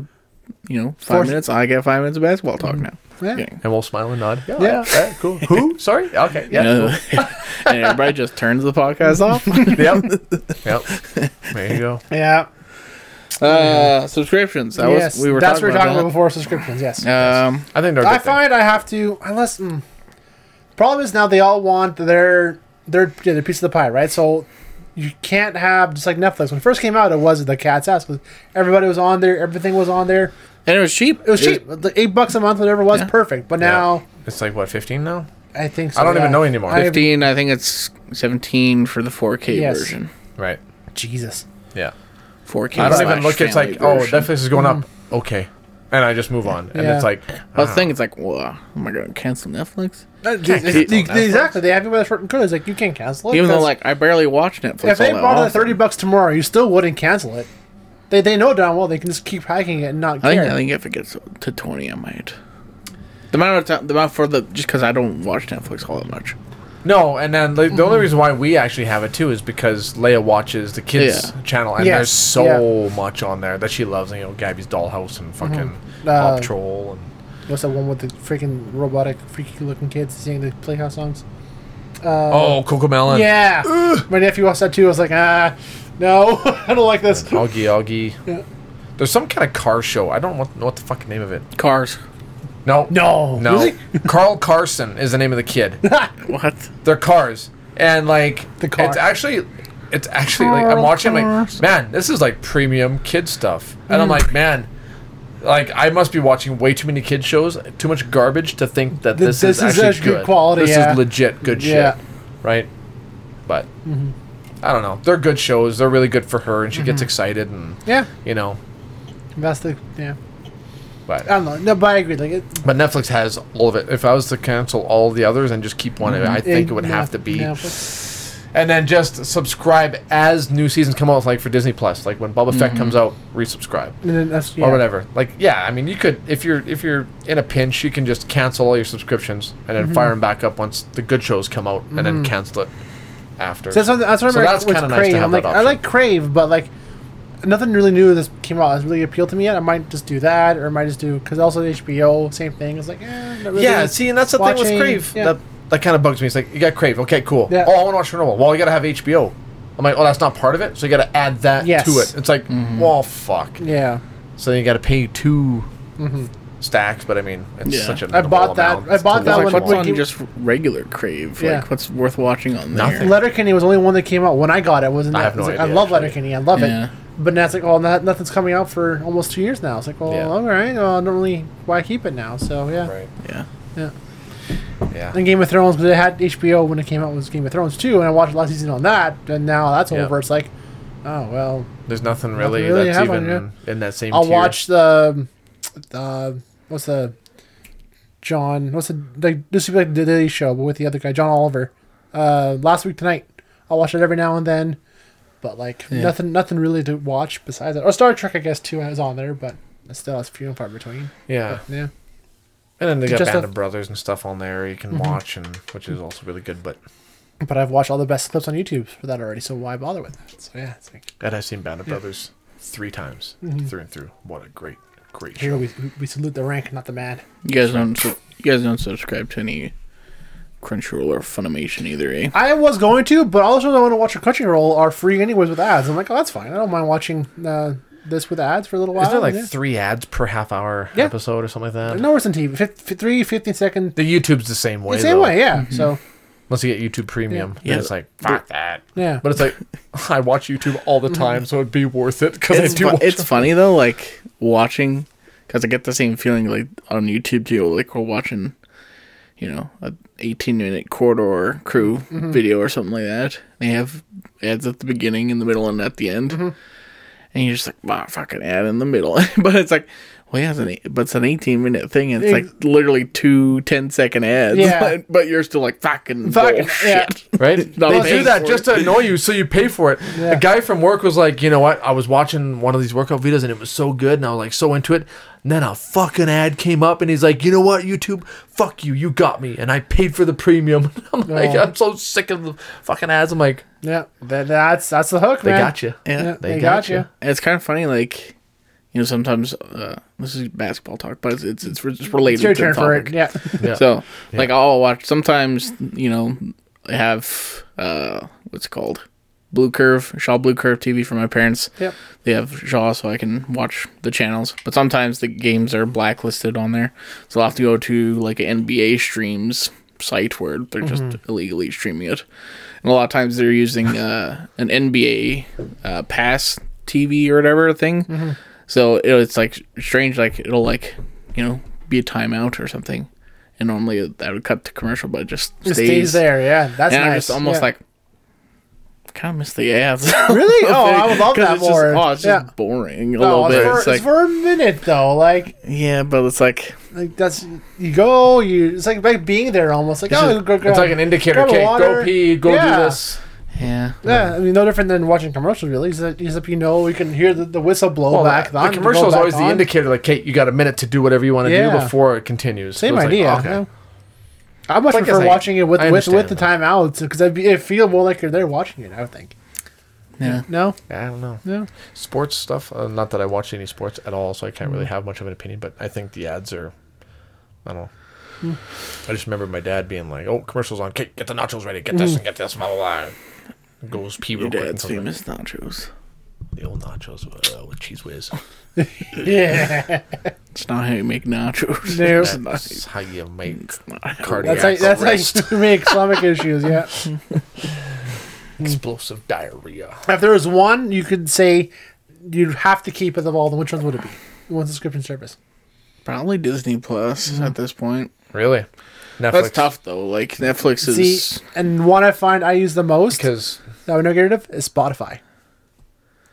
S1: you know, five
S3: Four- Mm-hmm.
S1: minutes. I get five minutes of basketball talk now.
S3: Yeah.
S1: Yeah.
S2: and we'll smile and nod. Yeah,
S3: Yeah.
S2: all right, cool. Who? Sorry. Okay. Yeah.
S1: No. and everybody just turns the podcast off.
S2: Yep. yep. There you go.
S3: Yeah.
S1: Uh, subscriptions. That
S3: yes.
S1: was we were
S3: that's
S1: talking
S3: what we were talking about,
S1: about.
S3: before subscriptions. Yes.
S1: that. Um,
S2: I think they're. a
S3: I
S2: good thing.
S3: find I have to unless. Mm, problem is now they all want their their yeah, their piece of the pie, right? So you can't have just like Netflix. When it first came out, it was the cat's ass. 'cause Everybody was on there. Everything was on there.
S1: and it was cheap.
S3: It was cheap. The eight bucks a month, whatever it was,
S1: Yeah.
S3: perfect. But
S2: Yeah.
S3: now
S2: it's like what 15 now.
S3: I think so,
S2: I don't even
S3: yeah.
S2: know anymore.
S3: I-
S1: Fifteen. I think it's seventeen for the 4K
S3: Yes.
S1: version.
S2: Right.
S3: Jesus.
S2: Yeah.
S1: 4K.
S2: I don't
S1: slash
S2: even look. It's
S1: family
S2: like, oh,
S1: version.
S2: Netflix is going up. Okay. And I just move on, and
S3: Yeah.
S2: it's like,
S1: Well, the
S2: ah,
S1: thing is like, well, am I going to cancel Netflix?
S2: cancel
S3: exactly. They have you by the short and curlies. Like you can't cancel it.
S1: Even though
S3: because
S1: like I barely watch Netflix.
S3: if they
S1: all that
S3: bought it at
S1: often.
S3: thirty bucks tomorrow, you still wouldn't cancel it. They they know darn well they can just keep hacking it and not
S1: I
S3: care.
S1: think I think if it gets to twenty, I might. The amount of time, the amount for the just because I don't watch Netflix all that much.
S2: No, and then like, the
S3: Mm-hmm.
S2: only reason why we actually have it too is because Leia watches the kids
S1: Yeah.
S2: channel, and
S3: Yes,
S2: there's so much on there that she loves. You know, Gabby's Dollhouse and fucking Paw
S3: Uh,
S2: Patrol and
S3: What's that one with the freaking robotic, freaky looking kids singing the Playhouse songs?
S2: oh, Coco Melon,
S3: uh, Yeah. My nephew watched that too. I was like, ah, no, I don't like this.
S2: Augie Augie.
S3: Yeah.
S2: There's some kind of car show. I don't want, know what the fucking name of it.
S1: Cars.
S2: No,
S3: No.
S2: no.
S3: Really?
S2: Carl Carson is the name of the kid.
S1: What?
S2: They're cars, and like
S3: The car.
S2: It's actually, it's actually like I'm
S3: Carl
S2: watching. I'm like,
S3: Carson.
S2: man, this is like premium kid stuff, and I'm like, man. Like I must be watching way too many kid shows, too much garbage to think that
S3: Th-
S2: this,
S3: this
S2: is
S3: is
S2: actually
S3: actually
S2: good
S3: good quality,
S2: This
S3: yeah. Mm-hmm.
S2: is legit good
S3: Yeah.
S2: shit, right? But I don't know. They're good shows. They're really good for her, and she gets excited, and
S3: Yeah,
S2: you know.
S3: that's the yeah.
S2: But
S3: I don't know. No, but I agree. Like it,
S2: but Netflix has all of it. If I was to cancel all the others and just keep one, of it,
S3: Mm-hmm.
S2: I think it would
S3: no,
S2: have to be.
S3: no, but-
S2: And then just subscribe as new seasons come out, like for Disney Plus. Like when Boba Fett comes out, resubscribe.
S3: and then that's, Mm-hmm. yeah.
S2: or whatever. Like, yeah, I mean, you could if you're if you're in a pinch, you can just cancel all your subscriptions and then
S3: Mm-hmm.
S2: fire 'em fire them back up once the good shows come out, and then cancel it after.
S3: So that's what, that's what
S2: So
S3: I remember
S2: that's
S3: with
S2: kinda nice to
S3: Crave.
S2: have
S3: I'm like,
S2: that
S3: I
S2: option.
S3: like Crave, but like nothing really new that's came out has really appealed to me yet. I might just do that, or I might just do because also HBO, same thing. It's like, eh, not really.
S2: yeah, see, and that's the thing
S3: watching,
S2: with Crave.
S3: yeah.
S2: That that kind of bugs me. It's like you got Crave, okay, cool.
S3: Yeah.
S2: Oh, I want to watch Chernobyl. Well, you got to have HBO. I'm like, oh, that's not part of it, so you got to add that
S3: Yes. Mm-hmm.
S2: to it. It's like, well, fuck.
S3: yeah.
S2: So then you got to pay 2 stacks, but I mean, it's
S1: Yeah.
S2: such a
S3: Mm-hmm. I bought
S2: minimal
S3: that-
S2: amount
S3: I bought
S2: to
S3: that
S2: watch
S1: Like,
S2: them
S3: one
S1: what's
S2: all.
S3: when-
S1: on just regular crave?
S3: Yeah.
S1: Like, what's worth watching on there?
S2: Nothing.
S3: Letterkenny was the only one that came out when I got it. Wasn't
S2: I
S3: that?
S2: have no
S3: it's like,
S2: idea,
S3: I love
S2: actually.
S3: Letterkenny. I love
S1: Yeah.
S3: it. But now it's like, oh, no- nothing's coming out for almost two years now. It's like, well,
S2: Yeah.
S3: all right. Well, I don't really why keep it now. So yeah.
S2: Right.
S1: Yeah.
S3: Yeah.
S2: Yeah.
S3: And Game of Thrones, but it had HBO when it came out was Game of Thrones too, and I watched last season on that, and now that's
S2: Yeah.
S3: over. It's like, oh well,
S2: There's nothing really,
S3: really
S2: that's
S3: happened,
S2: even in that same.
S3: I'll
S2: tier.
S3: watch the, the what's the, John, what's the like this would be like the Daily Show, but with the other guy, John Oliver. Uh, last week tonight, I'll watch it every now and then, but like nothing, nothing really to watch besides that. Or Star Trek, I guess too, is on there, but it still has few and far between.
S2: Yeah,
S3: Yeah,
S2: and then they got
S3: Just
S2: Band
S3: a- Mm-hmm.
S2: of Brothers and stuff on there you can watch, and which is also really good. But
S3: but I've watched all the best clips on YouTube for that already, so why bother with that? So yeah, it's like
S2: and I've seen Band of Brothers three times through and through. What a great, great
S3: Mm-hmm. here
S2: show!
S3: we we salute the rank, not the man.
S1: You guys don't. Su- you guys don't subscribe to any Crunchyroll or Funimation either, eh?
S3: I was going to, but all the shows I want to watch on Crunchyroll are free anyways with ads. I'm like, oh, that's fine. I don't mind watching uh, this with ads for a little while.
S2: Isn't there like
S3: yeah.
S2: three ads per half hour
S3: Yeah.
S2: episode or something like that?
S3: No worse than TV. Fif- f- three 15 second.
S2: The YouTube's the same way.
S3: The same
S2: though.
S3: way, yeah. So,
S2: Unless you get YouTube Premium, yeah,
S1: Yeah.
S2: it's like fuck that.
S3: yeah.
S2: But it's like I watch YouTube all the time, so it'd be worth it because I
S1: It's,
S2: do.
S1: fu-
S2: watch
S1: it's funny though, like watching, because I get the same feeling like on YouTube too. Like we're watching, you know, a 18 minute corridor crew video or something like that. They have ads at the beginning, in the middle, and at the end, and you're just like, wow, fucking ad in the middle. but it's like, well, yeah, it's an eight, but it's an 18 minute thing. And it's
S3: Ex-
S1: like literally two 10 second ads.
S3: Yeah.
S1: But, but you're still like fucking
S3: Fucking-
S1: bullshit.
S2: Right?
S1: Not
S2: they
S1: paying
S2: do that
S1: for
S2: just to annoy you, so you pay for it.
S3: Yeah.
S2: A guy from work was like, you know what? I was watching one of these workout videos and it was so good, and I was like so into it. And then a fucking ad came up, and he's like, you know what, YouTube, fuck you, you got me, and I paid for the premium. I'm like,
S3: Oh.
S2: I'm so sick of the fucking ads. I'm like,
S3: yeah. That, that's that's the hook,
S2: they
S3: man.
S2: got you.
S1: Yeah.
S3: Yeah,
S2: They got you.
S1: And it's kind of funny, like you know, sometimes uh, this is basketball talk, but it's it's, it's re- just related
S3: It's your
S1: to the
S3: turn for it.
S1: topic.
S3: Yeah.
S2: Yeah.
S1: So, like, I'll watch. Sometimes you know, I have uh, what's it called Blue Curve Shaw Blue Curve TV for my parents.
S3: Yep.
S1: They have Shaw, so I can watch the channels. But sometimes the games are blacklisted on there, so I'll have to go to like an NBA streams site where they're just
S3: Mm-hmm.
S1: illegally streaming it. And a lot of times they're using uh, an NBA uh, pass TV or whatever thing.
S3: Mm-hmm.
S1: So it, it's like strange. Like it'll like you know be a timeout or something, and normally it- that would cut to commercial, but it just stays,
S3: It stays there. Yeah. That's
S1: and
S3: nice.
S1: I'm just almost
S3: yeah.
S1: like. Kind of miss the ads.
S3: Really? Oh, I would
S1: 'Cause
S3: love that
S1: it's just-
S3: more.
S1: oh, it's just
S3: Yeah.
S1: boring a
S3: no,
S1: little bit.
S3: It's for,
S1: it's like,
S3: it's for a minute though. Like,
S1: yeah, but it's like
S3: like that's you go. You it's like, like being there almost. Like oh, go, go,
S2: It's like an indicator.
S3: grab a
S2: Okay,
S3: water.
S2: go pee, go
S3: Yeah.
S2: do this.
S1: yeah.
S3: Yeah, I mean, no different than watching commercials, really. Except, except you know, we can hear the, the whistle blow
S2: Well,
S3: back.
S2: the,
S3: on,
S2: the
S3: go
S2: commercial is
S3: back
S2: always the
S3: on.
S2: indicator, like, Kate, you got a minute to do whatever you want to
S3: Yeah.
S2: do before it continues. So
S3: Same
S2: it's like,
S3: idea.
S2: okay.
S3: yeah. I much
S2: Well, I guess
S3: prefer
S2: I-
S3: watching it with
S2: I
S3: with, with the
S2: understand
S3: timeouts because it feel more like you're there watching it. I would think.
S1: Yeah.
S3: No.
S2: I don't know.
S3: No.
S2: sports stuff. Uh, not that I watch any sports at all, so I can't really
S3: Mm.
S2: have much of an opinion. But I think the ads are, I don't know.
S3: Hmm.
S2: I just remember my dad being like, "Oh, commercials on. Okay, get the nachos ready. Get
S3: Mm.
S2: this and get this." Blah blah. blah. Goes pee real
S1: Your
S2: quick. and
S1: dad's
S2: comes back.
S1: famous nachos.
S2: The old nachos uh, with cheese whiz.
S3: Yeah.
S1: It's not how you make nachos.
S3: No.
S1: It's not-
S2: That's how you make
S1: it's not how-
S2: cardiac
S3: That's how that's
S2: arrest.
S3: how you make stomach issues. Yeah. Hmm.
S2: explosive diarrhea.
S3: If there was one, you could say you'd have to keep it of all. Then which ones would it be? One subscription service.
S1: Probably Disney Plus at this point.
S2: Really? Netflix.
S1: That's tough though. Like Netflix
S3: See,
S1: is
S3: and one I find I use the most
S2: Because
S3: that would not get rid of is Spotify.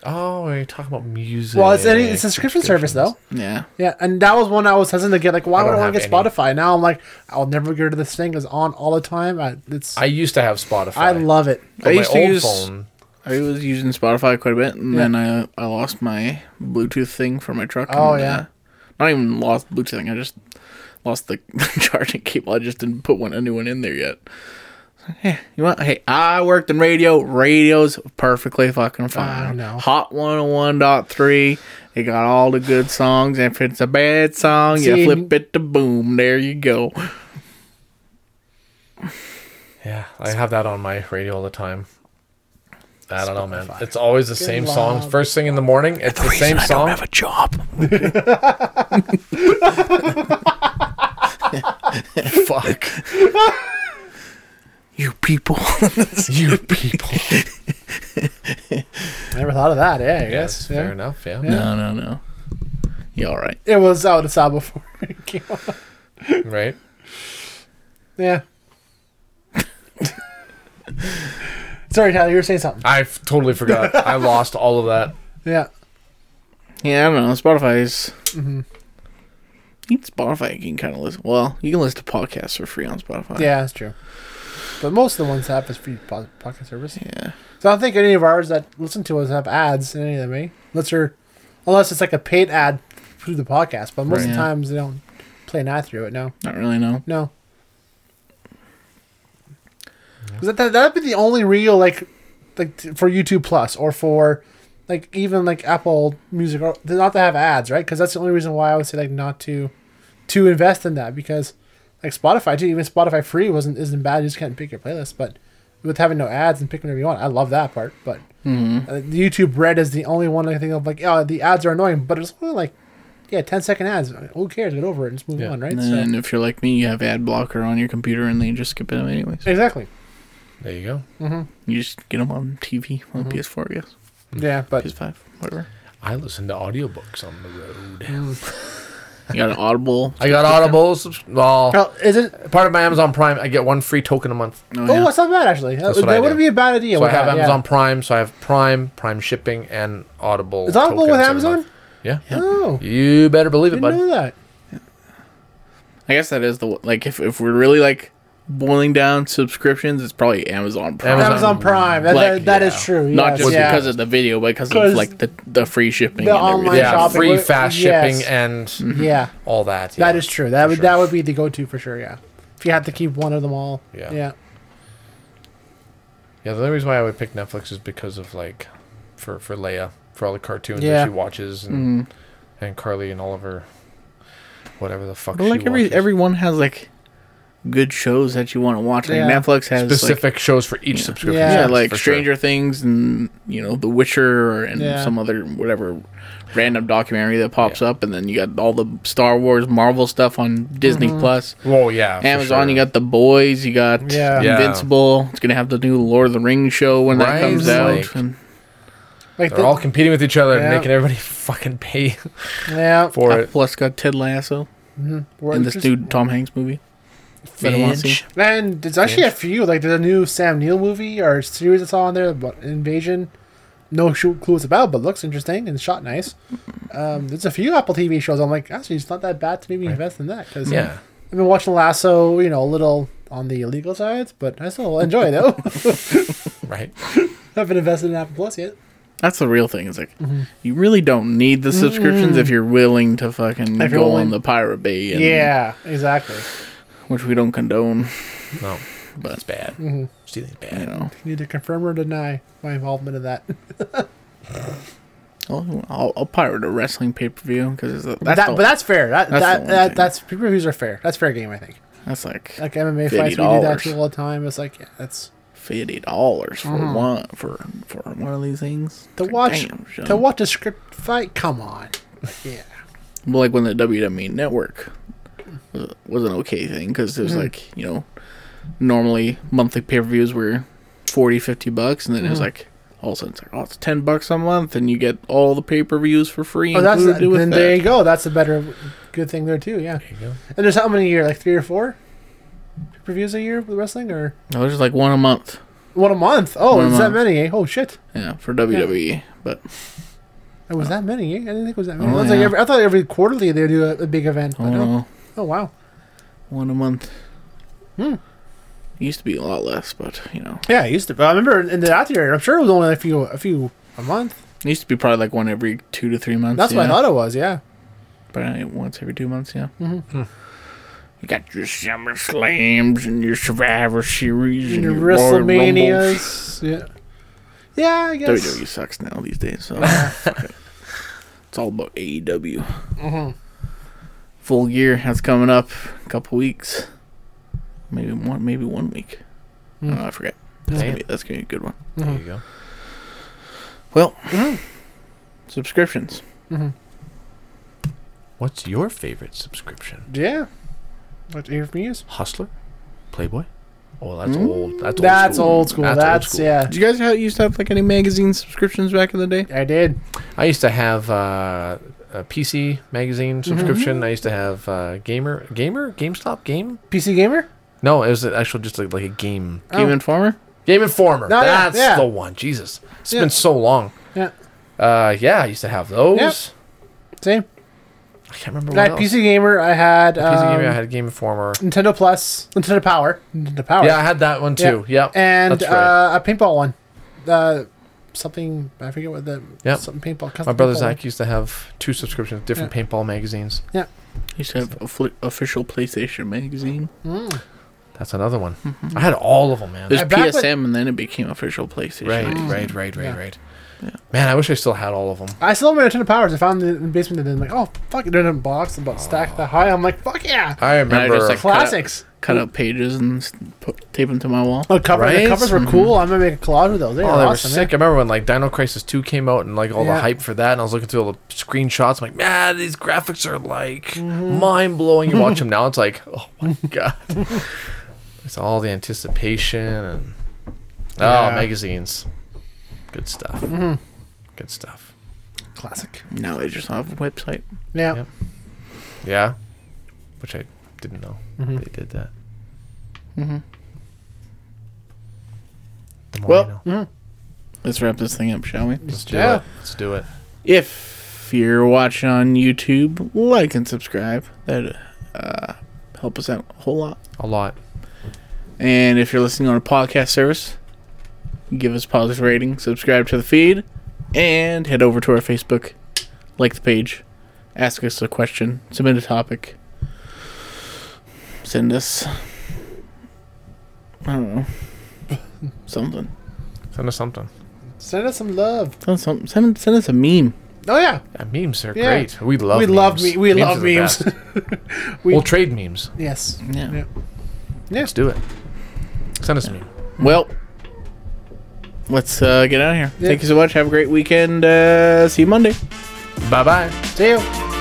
S2: oh, you're talking about music.
S3: Well, it's any, it's a subscription service though.
S1: yeah.
S3: Yeah, and that was one I was hesitant to get. Like, why
S2: I
S3: would I
S2: don't
S3: want to get
S2: have any.
S3: Spotify? Now I'm like, I'll never get rid of this thing. It's on all the time. I, it's
S2: I used to have Spotify.
S3: I love it.
S2: but
S1: I
S2: my
S1: used to
S2: old
S1: use-
S2: phone.
S1: I was using Spotify quite a bit, and then I I lost my Bluetooth thing for my truck.
S3: Oh,
S1: and,
S3: yeah.
S1: uh, not even lost Bluetooth thing. I just lost the charging cable. I just didn't put one a new one in there yet. Hey, you want? Hey, I worked in radio. Radio's perfectly fucking fine.
S3: know.
S1: Hot one hundred one point three. It got all the good songs. If it's a bad song,
S3: See,
S1: you flip it to boom. There you go.
S2: Yeah, I have that on my radio all the time. I don't know, man. It's always the same songs.
S3: lord.
S2: First thing in the morning, it's the, same song.
S1: a job. Fuck. you people.
S2: you people.
S3: I never thought of that. Yeah, I
S2: yes,
S3: guess.
S2: fair
S3: Yeah.
S2: enough. Yeah.
S1: no, no, no. You all right?
S3: It was out of saw before. it came out.
S2: Right.
S3: yeah. Sorry, Tyler, you were saying something.
S2: I f- totally forgot. I lost all of that.
S3: Yeah.
S1: Yeah, I don't know. Spotify's.
S3: Mm-hmm.
S1: Even Spotify, you can kind of listen. Well, you can listen to podcasts for free on Spotify.
S3: Yeah, that's true. But most of the ones have is free po- podcast service.
S1: Yeah.
S3: So I don't think any of ours that listen to us have ads in any of them, eh? Unless, they're, unless it's like a paid ad through the podcast. But most of
S1: Right.
S3: the times they don't play an ad through it, no.
S1: Not really. No.
S3: No. 'Cause That, that, would be the only real, like, like t- for YouTube Plus or for, like, even, like, Apple Music, or not to have ads, right? Because that's the only reason why I would say, like, not to to invest in that because, like, Spotify, too, even Spotify free wasn't isn't bad. You just can't pick your playlist. But with having no ads and picking whatever you want, I love that part. But
S1: Mm-hmm.
S3: uh, the YouTube Red is the only one I think of, like, oh, the ads are annoying, but it's only, like, yeah, 10 second ads. Who cares? Get over it and just move
S2: Yeah.
S3: on, right?
S1: And
S3: So-
S1: then if you're like me, you have ad blocker on your computer, and then you just skip them anyways.
S3: Exactly. Mm-hmm.
S2: There you go.
S1: You just get them on TV on PS4, I guess,
S3: Yeah, but
S1: PS5, whatever.
S2: I listen to audiobooks on the road.
S1: You got an Audible.
S2: I got Audible. Subs- well,
S3: Well, oh, is it?
S2: part of my Amazon Prime, I get one free token a month.
S1: Oh,
S3: Oh,
S1: yeah.
S3: that's not bad actually. That,
S2: That's what
S3: that
S2: I
S3: wouldn't
S2: do.
S3: be a bad idea.
S2: So I
S3: with
S2: have
S3: that,
S2: Amazon
S3: Yeah.
S2: Prime, so I have Prime, Prime shipping, and Audible.
S3: Is Audible with
S2: tokens every
S3: Amazon?
S2: month. Yeah.
S3: Oh,
S2: You better believe it,
S3: didn't know
S2: bud.
S3: that.
S1: I guess that is the like if if we're really like boiling down subscriptions, it's probably Amazon Prime.
S2: Amazon
S3: Amazon, Prime. That,
S1: Like,
S3: that, that is
S2: yeah.
S3: true. Yes,
S1: Not just
S3: yeah.
S1: because of the video, but because of
S3: 'Cause
S1: like the the free shipping.
S3: the
S1: and
S3: online
S1: everything.
S2: Yeah,
S3: shopping.
S2: free
S3: Wait,
S2: fast
S3: yes.
S2: shipping and
S3: yeah,
S2: all that.
S3: that
S2: yeah.
S3: is true. That
S2: for
S3: would
S2: sure.
S3: that would be the go-to for sure. Yeah, if you had to keep one of them all.
S2: Yeah.
S3: Yeah.
S2: Yeah, the only reason why I would pick Netflix is because of like, for for Leia, for all the cartoons
S3: Yeah. Mm.
S2: that she watches, and
S1: Mhm.
S2: and Carly and Oliver, whatever the fuck.
S1: But
S2: she
S1: like every
S2: watches.
S1: everyone has like good shows that you want to watch. Like
S3: Yeah.
S1: Netflix has
S2: specific
S1: Like,
S2: shows for each subscription.
S3: Yeah.
S1: yeah,
S2: service,
S1: like
S2: for sure.
S1: Stranger Things and you know The Witcher and
S3: Yeah.
S1: some other whatever random documentary that pops up, and then you got all the Star Wars, Marvel stuff on Disney
S3: Mm-hmm.
S1: Plus.
S2: Well, yeah. Oh, for
S1: Amazon,
S2: sure.
S1: you got The Boys, you got
S3: Yeah.
S2: Yeah.
S1: Invincible. It's gonna have the new Lord of the Rings show when that
S2: Right,
S1: comes
S2: like-
S1: out. And
S3: Like
S2: They're all competing with each other
S3: Yeah.
S2: and making everybody fucking pay
S3: yeah. Mm-hmm.
S2: for
S1: Apple
S2: it.
S1: Plus got Ted Lasso
S3: We're
S1: and this
S3: just-
S1: dude Tom Hanks movie. that I wanna see.
S2: Finch.
S3: And there's actually a few. Like there's a new Sam Neill movie or series that's on there about Invasion. No shu- clue it's about, but looks interesting and shot nice. Um, there's a few Apple TV shows. I'm like, actually, it's not that bad to maybe invest in that because
S2: Yeah.
S3: I've been watching Lasso, you know, a little on the illegal side, but I still enjoy it though.
S2: Right.
S3: haven't invested in Apple Plus yet.
S1: That's the real thing. It's like
S3: Mm-hmm.
S1: you really don't need the subscriptions if you're willing to fucking
S3: Mm. If you're
S1: go
S3: willing-
S1: on the pirate bay. And,
S3: Yeah, exactly.
S1: which we don't condone.
S2: No.
S1: But-
S2: That's bad. Stealing's bad.
S1: You know,
S3: You Mm-hmm. need to confirm or deny my involvement in that.
S1: I'll, I'll, I'll pirate a wrestling pay per view because that's
S3: that
S1: the-
S3: but that's fair. That
S1: that's the
S3: that,
S1: one
S3: that
S1: thing.
S3: that's people reviews are fair. That's fair game, I think.
S1: that's like
S3: Like MMA fights, we do that
S1: $50.
S3: to all the time. It's like yeah, that's
S1: fifty dollars for one for for one of these things
S3: Mm.
S1: It's
S3: To
S1: like,
S3: watch
S1: damn, son.
S3: to watch a script fight? Come on. Yeah.
S1: Well, like when the WWE network was, was an okay thing because
S3: Mm-hmm.
S1: there's like
S3: Mm-hmm.
S1: you know normally monthly pay per views were 40 50 bucks and then it was like all of a sudden it's like, oh, it's ten bucks a month, and you get all the pay per views for free.
S3: Oh, that's
S1: included with
S3: then
S1: that.
S3: there you go. That's a better, good thing there too. Yeah.
S2: There you go.
S3: And there's how many a year? Like three or four reviews a year with wrestling, or
S1: No, there's like one a month.
S3: one a month? Oh,
S1: One a
S3: it's that
S1: month.
S3: many? Eh? Oh shit,
S1: Yeah, for WWE, but
S3: it was that many? Eh? I didn't think it was that many.
S1: Oh,
S3: It's like
S1: yeah.
S3: every- I thought every quarterly they do a, a big event.
S1: oh,
S3: But no.
S1: no,
S3: Oh wow.
S1: one a month.
S3: Hmm.
S1: Used to be a lot less, but you know,
S3: Yeah, I used to. But I remember in the out year, I'm sure it was only a few, a few a month.
S1: it used to be probably like one every two to three months.
S3: That's
S1: yeah.
S3: what I thought it was. Yeah.
S1: But I- once every two months, yeah. You got your Summer Slams and your Survivor Series and,
S3: And
S1: your Royal Rumbles.
S3: WrestleManias. Yeah. Yeah, I guess.
S1: WWE sucks now these days, so fuck it. it's all about AEW.
S3: Uh-huh.
S1: Full Gear that's coming up a couple weeks, maybe one, maybe one week. I don't know, I forget. That's gonna,
S2: Damn.
S1: be, that's gonna be a good one.
S3: Uh-huh.
S2: There you go.
S1: Well, subscriptions.
S3: Mm-hmm.
S2: What's your favorite subscription?
S3: Yeah. What to hear from you? is-
S2: Hustler, Playboy. Oh, that's old. That's old.
S3: Mm. That's
S2: school.
S3: old school. That's, yeah.
S1: Did you guys have, used to have like any magazine subscriptions back in the day?
S3: I did.
S2: I used to have uh, a PC magazine
S3: Mm-hmm.
S2: subscription. I used to have uh, gamer, gamer, GameStop, game.
S3: PC gamer. Oh,
S2: No, it was actually just like, like a game,
S1: Game Informer.
S2: Game Informer.
S3: No, Oh, yeah,
S2: that's
S3: yeah.
S2: the one. Jesus, it's
S3: Yeah.
S2: been so long.
S3: Yeah.
S2: Uh, yeah, I used to have those.
S3: Same.
S2: I can't remember
S3: I
S2: what
S3: had
S2: else.
S3: PC gamer. I had um,
S2: PC gamer. I had Game Informer.
S3: Nintendo Plus, Nintendo Power, Nintendo Power.
S2: Yeah, I had that one too. Yep.
S3: And
S2: that's right.
S3: uh, a paintball one. Uh, something I forget what the
S2: Yep.
S3: something paintball.
S2: my brother
S3: paintball
S2: Zach used to have two subscriptions, different paintball magazines.
S1: Used to have a fl- official PlayStation magazine.
S3: one. Mm.
S2: That's another one.
S1: Mm-hmm.
S2: I had all of them, man.
S1: There's
S3: Uh, back when-
S1: PSM, and then it became official PlayStation.
S2: Right,
S1: magazine.
S2: right, right, right,
S3: Yeah.
S2: right. Man, I wish I still had all of them.
S3: I still have my Nintendo Powers. I found it in the basement and then like, oh fuck, it, they're in a box about stacked that high. I'm like, fuck yeah,
S2: I remember.
S1: just, like, cut out-
S3: classics.
S1: Cut out pages and s- put, tape them to my wall.
S3: Oh, cover,
S2: Right? Mm-hmm.
S3: The covers were cool. I'm gonna make a collage with those. They
S2: Oh,
S3: were
S2: they
S3: awesome.
S2: were sick. I remember when like Dino Crisis 2 came out and like all
S3: Yeah.
S2: the hype for that, and I was looking through all the screenshots. I'm like, man, these graphics are like
S3: Mm-hmm.
S2: mind blowing. You watch them now, it's like, oh my god, it's all the anticipation and oh,
S3: Yeah.
S2: magazines, good stuff, good stuff.
S3: Yeah. Mm-hmm. Classic.
S1: Now they just have a website.
S3: Yeah.
S2: Yep. Yeah, which I didn't know they did that.
S3: Mm-hmm.
S2: The more
S1: Well-
S2: you know.
S1: Let's wrap this thing up, shall we?
S2: let's do
S3: Yeah.
S2: it. Let's do it.
S1: If you're watching on YouTube, like and subscribe. That uh, help us out a whole lot.
S2: A lot.
S1: And if you're listening on a podcast service, give us a positive rating, subscribe to the feed, and head over to our Facebook, like the page, ask us a question, submit a topic, send us, I don't know, something.
S2: Send us something.
S3: Send us some love.
S1: Send us, something. Send, send us a meme.
S3: Oh yeah,
S2: Yeah, memes are
S3: Yeah.
S2: great. We love
S3: we
S2: memes.
S3: love me. We
S2: are
S3: love
S2: the
S3: memes.
S2: best.
S3: We-
S2: we'll trade memes.
S3: yes.
S1: Yeah.
S3: Yeah.
S2: Let's do it. Send us a meme.
S1: Well, let's uh, get out of here.
S3: Yeah.
S1: Thank you so much. Have a great weekend. Uh, see you Monday.
S2: Bye bye.
S3: See you.